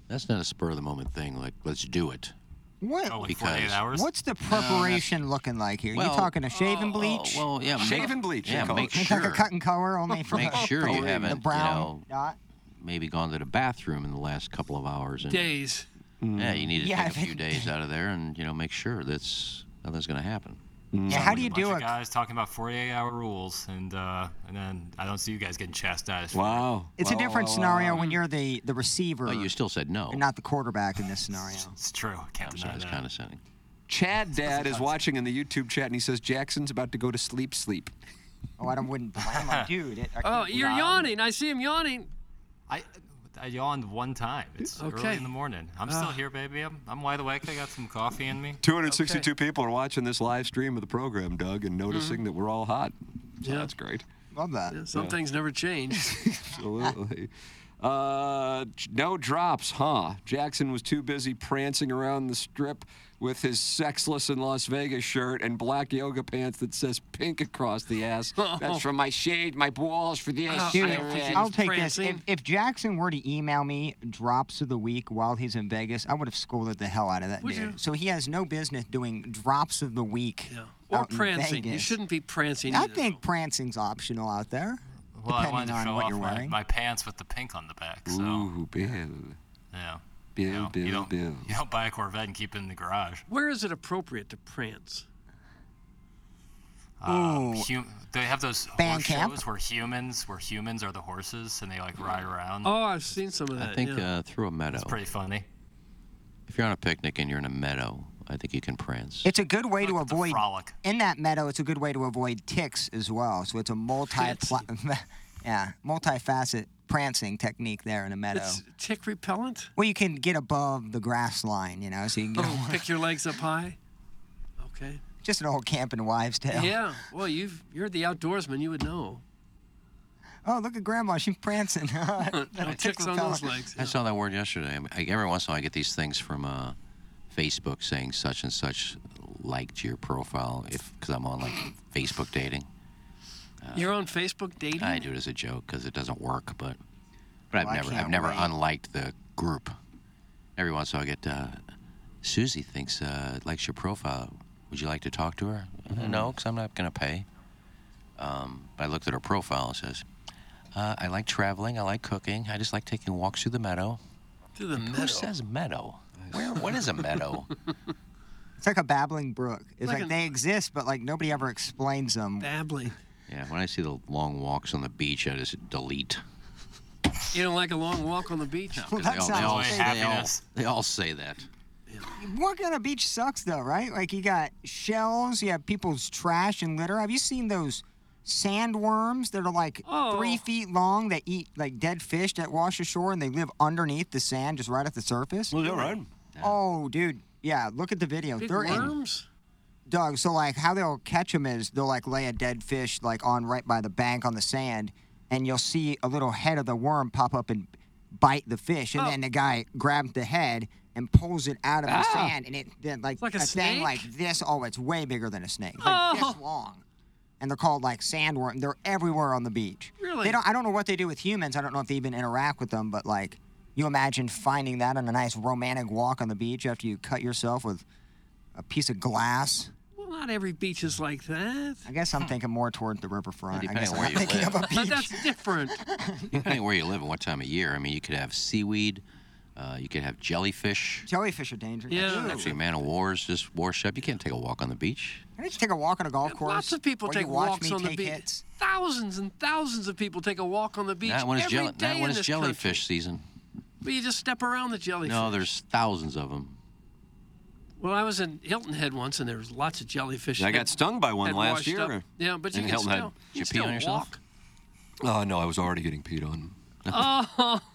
That's not a spur of the moment thing. Like let's do it. what? Oh, in Because- 48 hours. What's the preparation looking like here? well, you talking a shave and bleach? Oh, well, yeah. Shave make- and bleach, Yeah, they call make it. It's like sure. a cut and color only for Make sure for you the haven't, you brown know, dot. Maybe gone to the bathroom in the last couple of hours. And, Days. Yeah, you need to Yeah, take a I few think- days out of there, and you know, make sure that's nothing's going to happen. Yeah, how do you bunch do of it? guys talking about 48 hour rules, and uh, and then I don't see you guys getting chastised. for it. Wow. It's a Wow, different wow, scenario when you're the the receiver, But Oh, you still said no. and not the quarterback in this scenario. It's true. I can't I'm deny sorry, it's that. condescending. wow. Chad Dad is watching in the YouTube chat and he says Jackson's about to go to sleep sleep. Oh, I don't, wouldn't blame him, dude. It, I Oh, could- you're Wow. yawning. I see him yawning. I, I yawned one time. It's Okay. early in the morning. I'm still Uh. Ah. here, baby. I'm, I'm wide awake. I got some coffee in me. 262 people are watching this live stream of the program, Doug, and noticing that we're all hot. So Yeah. that's great. Love that. Some Yeah. things never change. Absolutely. Uh, j- no drops, huh? Jackson was too busy prancing around the strip with his sexless in Las Vegas shirt and black yoga pants that says pink across the ass. That's from my shade, my balls for Oh, the ass. I'll take this. If, if Jackson were to email me drops of the week while he's in Vegas, I would have scolded the hell out of that Would dude. you? So he has no business doing drops of the week. Or out in prancing. You Vegas. shouldn't be prancing. I either. think prancing's optional out there, Well, I wanted depending to on show what off you're my, wearing. my pants with the pink on the back. So, Ooh, Bill. yeah. Bill, you know, Bill, you don't, Bill. You don't buy a Corvette and keep it in the garage. Where is it appropriate to prance? Uh, Ooh. hum- they have those Band horse camp? shows where humans, where humans are the horses, and they like ride around. Oh, I've seen some of that. I think yeah. uh, through a meadow. It's pretty funny. If you're on a picnic and you're in a meadow, I think you can prance. It's a good way to avoid frolic. in that meadow. It's a good way to avoid ticks as well. So it's a multi, yeah, multifaceted prancing technique there in a meadow. It's tick repellent. well, you can get above the grass line, you know, so you can Oh, get pick your legs up high. Okay. just an old camping wives' tale. Yeah. Well, you've you're the outdoorsman. You would know. Oh, look at Grandma. She's prancing. no No ticks on those legs. I saw that word yesterday. I mean, I, every once in a while, I get these things from uh, Facebook saying such and such liked your profile if because I'm on like Facebook dating. You're on Facebook dating. I do it as a joke because it doesn't work, but but I've Well, I never I've can't never wait. unliked the group. Every once in a while, I get uh, Susie thinks uh, likes your profile. Would you like to talk to her? Uh, no, because I'm not going to pay. Um, but I looked at her profile. It says, uh, I like traveling. I like cooking. I just like taking walks through the meadow. To the Who meadow. says meadow? Where, what is a meadow? It's like a babbling brook. It's Like like, an- they exist, but like nobody ever explains them. Babbling. yeah, when I see the long walks on the beach, I just delete. You don't like a long walk on the beach? 'Cause That they, all, sounds they, all, great. they, all, Happiness. they all say that. Walking on a beach sucks, though, right? Like you got shells, you have people's trash and litter. Have you seen those sandworms that are like Oh. three feet long that eat like dead fish that wash ashore and they live underneath the sand, just right at the surface? Well, you're right. Oh, dude. Yeah, look at the video. Big They're in- worms. Doug, so like how they'll catch them is they'll like lay a dead fish like on right by the bank on the sand, and you'll see a little head of the worm pop up and bite the fish, and then the guy grabs the head and pulls it out of the sand, and it then like, Ah. Like a thing snake? like this. Oh, it's way bigger than a snake. It's Oh. like this long. And they're called like sandworm. They're everywhere on the beach. Really? They don't. I don't know what they do with humans. I don't know if they even interact with them. But like, you imagine finding that on a nice romantic walk on the beach after you cut yourself with a piece of glass. Well, not every beach is like that. I guess I'm thinking more toward the riverfront. I Depending guess on I'm where not you thinking live. of a But beach. that's different. Depending where you live and what time of year, I mean, you could have seaweed, uh, you could have jellyfish. Jellyfish are dangerous. Yeah. Ew. Actually, man of war's just washed up. You can't take a walk on the beach. Can I just take a walk on a golf course? Lots of people while you take watch walks me on the take beach. hits? Thousands and thousands of people take a walk on the beach Not when it's, every jelly, day not when in it's this jellyfish country. season. But you just step around the jellyfish. No, there's thousands of them. Well, I was in Hilton Head once, and there was lots of jellyfish. I that- got stung by one that last washed year. up. Yeah, but you in can Hilton Head. still, Did you you can pee on still yourself? walk. Oh, no, I was already getting peed on.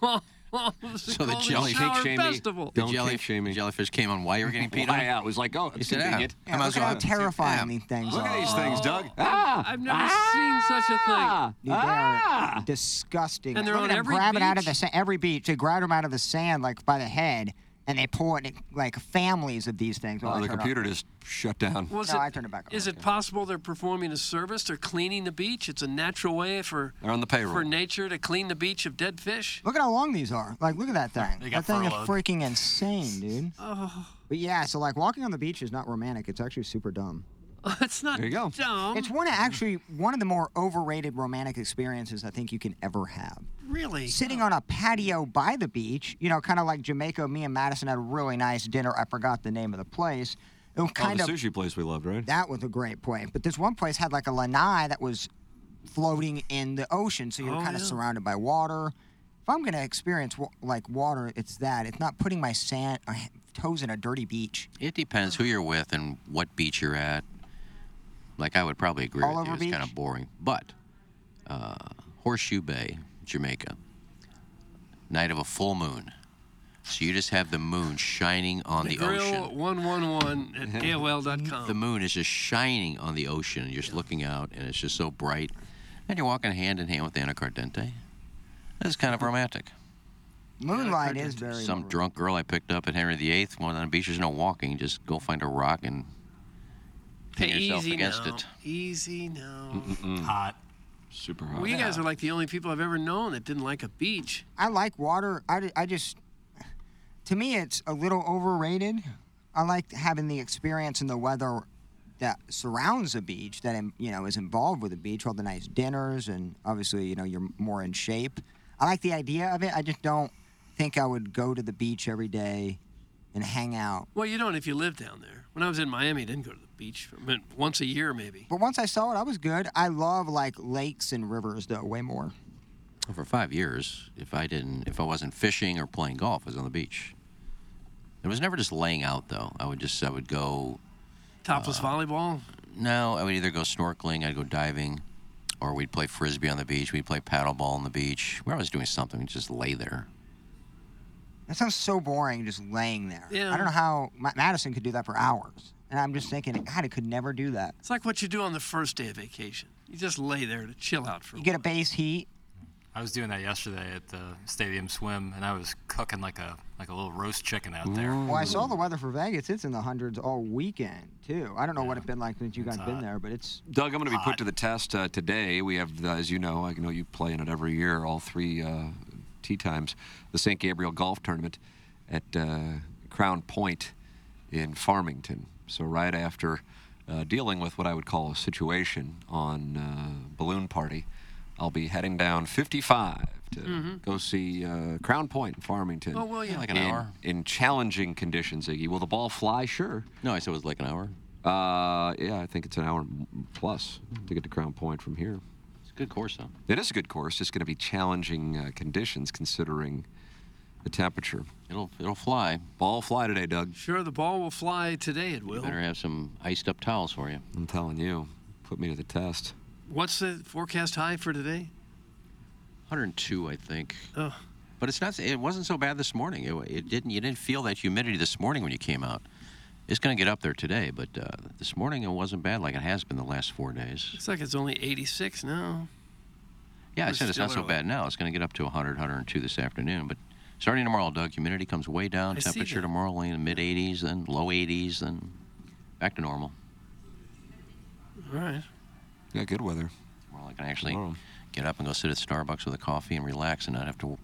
so the jellyfish shame me. festival. Don't jelly- kick shame me. Jellyfish came on while you were getting peed on. Why, I was like, oh, You it's said, ah, convenient. I Yeah, might look as at well- how terrifying Yeah. these things Look are. at these things, Doug. Ah, I've never seen such a thing. ah, Dude, they are disgusting. And they're Look on at them every grabbing out of the beach? sa- every beach. They grab them out of the sand like by the head, and they pull it like families of these things. Oh, I the turned off- computer just shut down. Was No, it, I turned it back on. Is it possible they're performing a service? They're cleaning the beach. It's a natural way for They're on the payroll. for nature to clean the beach of dead fish. Look at how long these are. Like, look at that thing. They that got thing is furloughed. freaking insane, dude. Oh. But yeah, so like walking on the beach is not romantic. It's actually super dumb. it's not There you go. dumb. It's one of actually one of the more overrated romantic experiences I think you can ever have. really. Sitting on a patio by the beach, you know, kind of like Jamaica. Me and Madison had a really nice dinner. I forgot the name of the place. It was Oh, kind the of sushi place we loved, right? that was a great point. But this one place had like a lanai that was floating in the ocean, so you're Oh, kind of yeah. surrounded by water. If I'm gonna experience wa- like water, it's that. It's not putting my sand uh, toes in a dirty beach. It depends who you're with and what beach you're at. Like I would probably agree All with you. over It's kind beach? of boring. But uh, Horseshoe Bay, Jamaica, night of a full moon. So you just have the moon shining on the, ocean. Grill 111 at AOL.com. The moon is just shining on the ocean, and you're just looking out, and it's just so bright. And you're walking hand in hand with Anna Cardente. That's kind of romantic. Moonlight is very. Some drunk girl I picked up at Henry VIII, one on the beach, there's no walking. Just go find a rock and pin yourself easy against now. it. Easy now. Hot. Super Well, you guys are like the only people I've ever known that didn't like a beach. I like water. I, ju- I just, to me, it's a little overrated. I like having the experience and the weather that surrounds a beach that um, you know is involved with a beach, all the nice dinners, and obviously you know you're more in shape. I like the idea of it. I just don't think I would go to the beach every day and hang out. Well, you don't if you live down there. When I was in Miami, I didn't go to the beach. I mean, once a year, maybe. But once I saw it, I was good. I love like lakes and rivers though way more. Well, For five years, if I didn't, if I wasn't fishing or playing golf, I was on the beach. It was never just laying out though. I would just, I would go. Topless Uh-huh. volleyball. No, I would either go snorkeling, I'd go diving, or we'd play frisbee on the beach. We'd play paddleball on the beach. We're always doing something. We'd just lay there. That sounds so boring, just laying there. Yeah. I don't know how Ma- Madison could do that for hours. And I'm just thinking, God, I could never do that. It's like what you do on the first day of vacation. You just lay there to chill out for a You while. get a base heat. I was doing that yesterday at the stadium swim, and I was cooking like a like a little roast chicken out there. Well, I saw the weather for Vegas. It's in the hundreds all weekend, too. I don't know what it's been like since you guys been there, but it's. Doug, I'm going to be put to the test uh, today. We have, uh, as you know, I know you play in it every year, all three uh, tea times, the St. Gabriel Golf Tournament at uh, Crown Point in Farmington. So, right after uh, dealing with what I would call a situation on uh, Balloon Party, I'll be heading down 55 to go see uh, Crown Point in Farmington. Oh, will ya? Yeah, like an in, hour. In challenging conditions, Iggy. Will the ball fly? Sure. No, I said it was like an hour. Uh, yeah, I think it's an hour m- plus to get to Crown Point from here. It's a good course though. It is a good course. It's going to be challenging uh, conditions considering the temperature. It'll it'll fly. Ball fly today, Doug. Sure, the ball will fly today. It will. Better have some iced up towels for you. I'm telling you, put me to the test. What's the forecast high for today? 102, I think. Ugh. But it's not. It wasn't so bad this morning. It, it didn't. You didn't feel that humidity this morning when you came out. It's going to get up there today, but uh, this morning it wasn't bad like it has been the last four days. Looks like it's only 86 now. Yeah, I We're said it's not still so bad now. It's going to get up to 100, 102 this afternoon. But starting tomorrow, Doug, humidity comes way down. I see Temperature that. tomorrow only in the mid 80s, then low 80s, then back to normal. All right. Yeah, good weather. Tomorrow I can actually Tomorrow. get up and go sit at Starbucks with a coffee and relax and not have to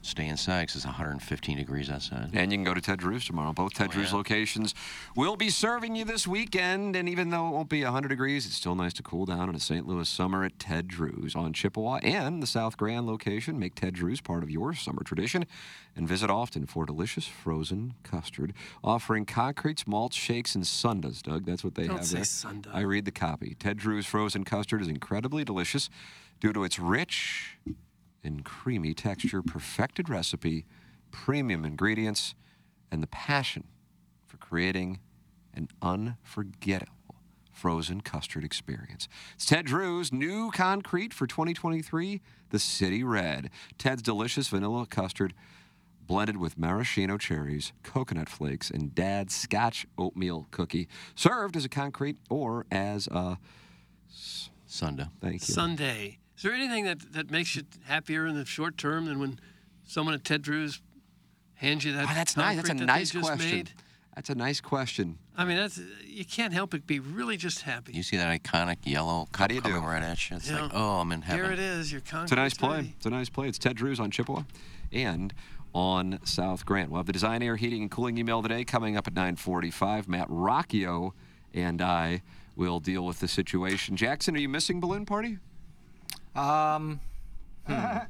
stay inside because it's 115 degrees outside. And you can go to Ted Drew's tomorrow. Both Oh, Ted Drew's locations will be serving you this weekend. And even though it won't be 100 degrees, it's still nice to cool down in a St. Louis summer at Ted Drew's on Chippewa and the South Grand location. Make Ted Drew's part of your summer tradition and visit often for delicious frozen custard, offering concretes, malts, shakes, and sundas, Doug. That's what they Don't have say there. sundae. I read the copy. Ted Drew's frozen custard is incredibly delicious due to its rich and creamy texture, perfected recipe, premium ingredients, and the passion for creating an unforgettable frozen custard experience. It's Ted Drew's new concrete for 2023, the City Red. Ted's delicious vanilla custard blended with maraschino cherries, coconut flakes, and dad's scotch oatmeal cookie, served as a concrete or as a Sunday. thank you. Sunday. Is there anything that, that makes you happier in the short term than when someone at Ted Drew's hands you that? Oh, that's nice. That's a concrete that nice they just question. Made? That's a nice question. I mean, that's you can't help but be really just happy. You see that iconic yellow cup do you coming do? right at you? It's Yeah. like, oh, I'm in heaven. Here it is. Your concrete. It's a nice ready. play. It's a nice play. It's Ted Drews on Chippewa and on South Grant. We'll have the design, air, heating, and cooling email today coming up at 945. Matt Rocchio and I will deal with the situation. Jackson, are you missing Balloon Party? Um. hmm.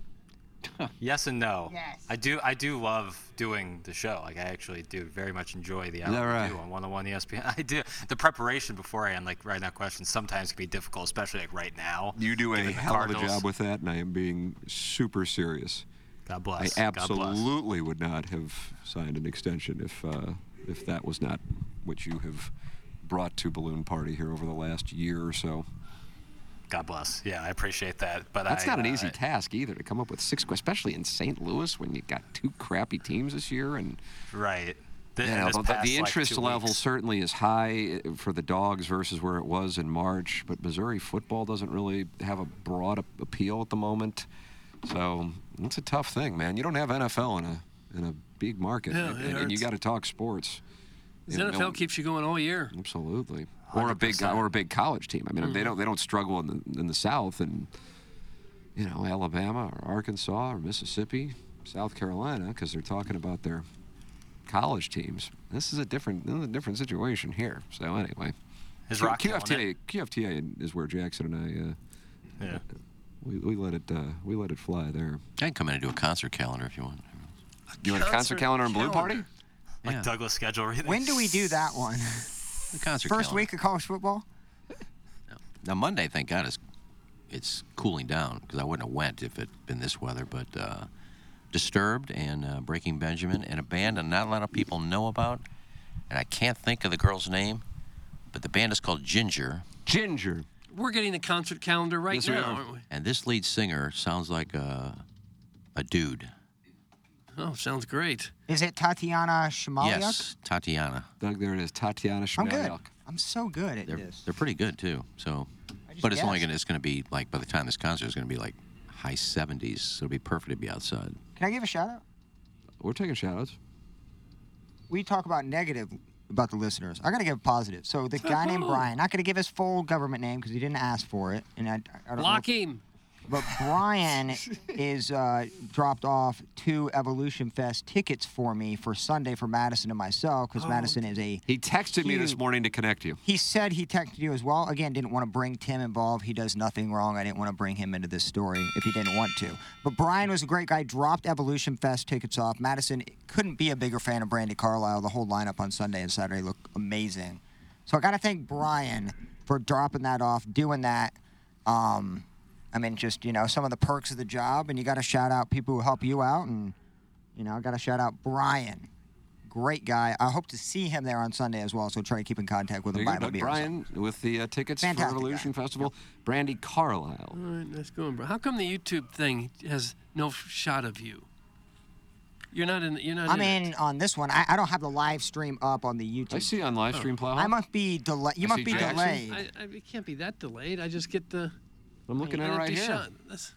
yes and no. Yes. I do. I do love doing the show. Like I actually do very much enjoy the hour that we right? do on 101 ESPN. I do. The preparation beforehand, like writing out questions, sometimes can be difficult, especially like right now. You do a given the hell of a Cardinals. job with that, and I am being super serious. God I bless. God bless. absolutely would not have signed an extension if uh, if that was not what you have brought to Balloon Party here over the last year or so. God bless. Yeah, I appreciate that. But That's I, not an uh, easy task either to come up with six, especially in St. Louis when you got two crappy teams this year and Right. you and know, this the, past, the like, interest two level weeks. certainly is high eh, for the dogs versus where it was in March, but Missouri football doesn't really have a broad a- appeal at the moment. So it's a tough thing, man. You don't have NFL in a in a big market, Yeah, and, it and you hurts. got to talk sports. The You know, NFL keeps you going all year. Absolutely. Or a big or a big college team. I mean, they Mhm. don't they don't struggle in the in the South and you know Alabama or Arkansas or Mississippi, South Carolina, because they're talking about their college teams. This is a different this is a different situation here. So anyway, Is Q- Rock killing QFTA QFTA is where Jackson and I. Uh, yeah. We, we let it uh, we let it fly there. I can come in and do a concert calendar if you want. You want a concert calendar and blue party? Like Douglas schedule reading. When do we do that one? The concert First calendar. week of college football? Now Monday, thank God, is it's cooling down because I wouldn't have went if it been this weather. But uh, Disturbed and uh, Breaking Benjamin and a band that not a lot of people know about, and I can't think of the girl's name, but the band is called Ginger. Ginger. We're getting the concert calendar right now, aren't we? And this lead singer sounds like a a dude. Oh, sounds great. Is it Tatiana Shmaliuk? Yes, Tatiana. Doug, there it is, Tatiana I'm good. I'm so good at this. They're pretty good too. So, but it's only guessed. gonna it's gonna be like by the time this concert is gonna be like high 70s. So it'll be perfect to be outside. Can I give a shout out? We're taking shout outs. We talk about negative about the listeners. I got to give positive. So the guy named Brian, not going to give his full government name because he didn't ask for it, and I, I don't Block know. him. But Brian is uh, dropped off two Evolution Fest tickets for me for Sunday for Madison and myself because Madison is a. He texted me this Huge. morning to connect you. He said he texted you as well. Again, didn't want to bring Tim involved. He does nothing wrong. I didn't want to bring him into this story if he didn't want to. But Brian was a great guy. Dropped Evolution Fest tickets off. Madison couldn't be a bigger fan of Brandy Carlisle. The whole lineup on Sunday and Saturday looked amazing. So I got to thank Brian for dropping that off, doing that. Um, I mean, just you know, some of the perks of the job, and you got to shout out people who help you out, and you know, I got to shout out Brian. Great guy. I hope to see him there on Sunday as well. So try to keep in contact with There him. you go, Buy him a Doug beer or Bryan with the uh, tickets Fantastic for guy. Revolution Festival. Brandy Carlisle. All right, nice going, bro. How come the YouTube thing has no f- shot of you? You're not in. You're not. I'm in. it. in on this one. I, I don't have the live stream up on the YouTube. I see on live Oh. stream, Plow. I must be delayed. You I see must be Jackson. delayed. I, I, it can't be that delayed. I just get the. I'm looking at an it right empty here. shot. That's-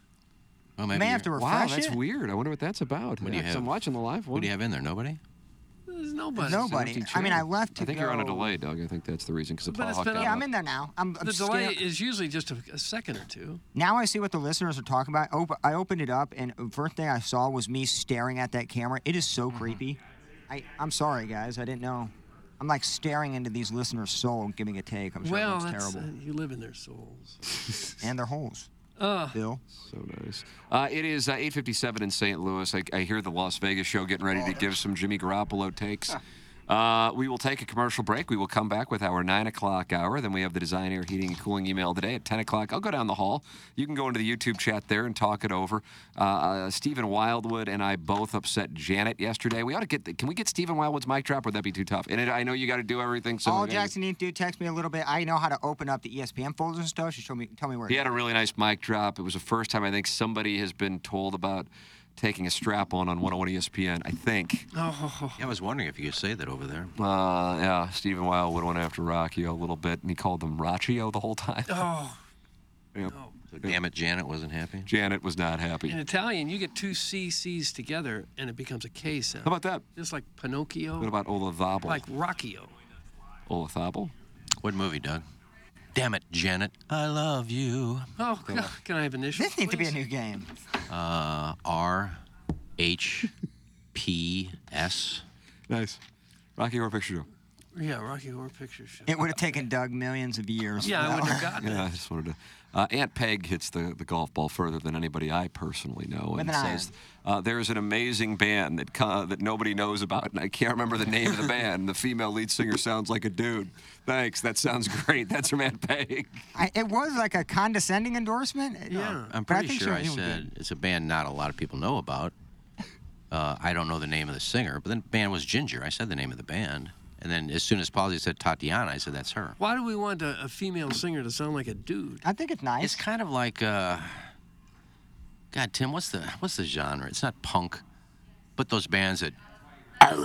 Well, May maybe have to you're- Wow, refresh that's it. weird. I wonder what that's about. What do you Yeah, 'cause I'm have? watching the live one. What do you have in there? Nobody. There's nobody. Nobody. I mean, I left to I think you're on a go- delay, Doug. I think that's the reason because the But it's Plowhawk been got Yeah, up. I'm in there now. I'm, I'm The delay scared. is usually just a, a second or two. Now I see what the listeners are talking about. Op- I opened it up, and the first thing I saw was me staring at that camera. It is Mm-hmm. so creepy. I, I'm sorry, guys. I didn't know. I'm like staring into these listeners' soul and giving a take. I'm sure well, it looks that's, terrible. uh, you live in their souls. And their holes. Uh, Bill. So nice. Uh, it is uh, 8:57 in St. Louis. I, I hear the Las Vegas show getting ready to give some Jimmy Garoppolo takes. Uh, we will take a commercial break. We will come back with our nine o'clock hour. Then we have the design, air, heating, and cooling email today at 10 o'clock. I'll go down the hall. You can go into the YouTube chat there and talk it over. Uh, uh, Stephen Wildwood and I both upset Janet yesterday. We ought to get. The, can we get Stephen Wildwood's mic drop? Or would that be too tough? And it, I know you got to do everything. So All we're gonna- Jackson needs to do text me a little bit. I know how to open up the E ESPN folders and stuff. She showed me. Tell me where. He had a really nice mic drop. It was the first time I think somebody has been told about taking a strap on oh on 101 ESPN. I think. oh, Yeah, I was wondering if you could say that over there. Uh, yeah, Stephen Wildwood went after Rockio a little bit, and he called them Rockio the whole time. oh, Yep. So, damn it, Janet wasn't happy. Janet was not happy. in How Italian, you get two CCs together and it becomes a K sound. about that? Just like Pinocchio. What about Olazabal? like Rockio. Olazabal? What movie, Doug? Damn it, Janet. I love you. Oh, can, can I have initials? This needs to be a please? new game. Uh, R H P S. Nice. Rocky Horror Picture Show. Yeah, Rocky Horror Picture Show. It would have taken Doug millions of years. yeah, for I that wouldn't one. have gotten Yeah, I it. just wanted to. Uh, Aunt Peg hits the, the golf ball further than anybody I personally know, and With an says uh, there's an amazing band that co- that nobody knows about, and I can't remember the name of the band. The female lead singer sounds like a dude. Thanks, that sounds great. That's from Aunt Peg. I, it was like a condescending endorsement. Uh, Yeah. I'm But I pretty think sure I Serena would said it's a band not a lot of people know about. Uh, I don't know the name of the singer, but then the band was Ginger. I said the name of the band, And then as soon as Palsy said Tatiana, I said, that's her. Why do we want a, a female singer to sound like a dude? I think it's nice. It's kind of like, uh, God, Tim, what's the what's the genre? It's not punk, but those bands that. Gosh,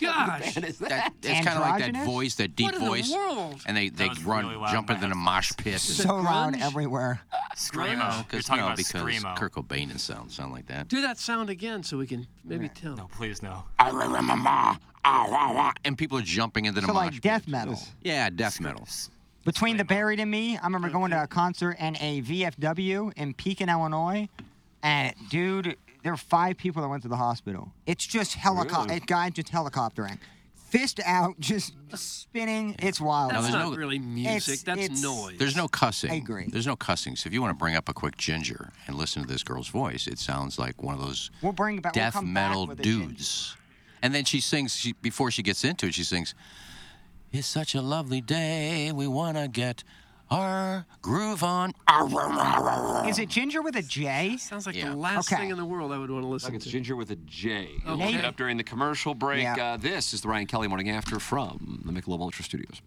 that, it's kind of like that voice, that deep What in the voice, world? and they they was run really loud jumper in my than a mosh pit. so loud everywhere. Screamo. No, You're because talking no, about because Screamo. Kurt Cobain and sound sound like that. do that sound again so we can maybe tell. No, please no. ah, And people are jumping into the So mosh like pit. death metal. Yeah, death metal. Between the buried and me, I remember going to a concert and a VFW in Pekin, Illinois, and dude, there were five people that went to the hospital. It's just helicopter. A guy just helicoptering, fist out, just spinning. It's wild. That's there's not no- really music. it's- that's it's- noise. There's no cussing. I agree. There's no cussing. So if you want to bring up a quick ginger and listen to this girl's voice, it sounds like one of those We'll bring back- we'll death come back metal with a ginger. dudes. And then she sings she, before she gets into it. She sings, "It's such a lovely day. We wanna get our groove on." Is it Ginger with a J? Sounds like Yeah. the last Okay. thing in the world I would want to listen Like it's to. Ginger with a J. We'll Okay. look it up during the commercial break. Yeah. Uh, this is the Ryan Kelly Morning After from the Michelob Ultra Studios.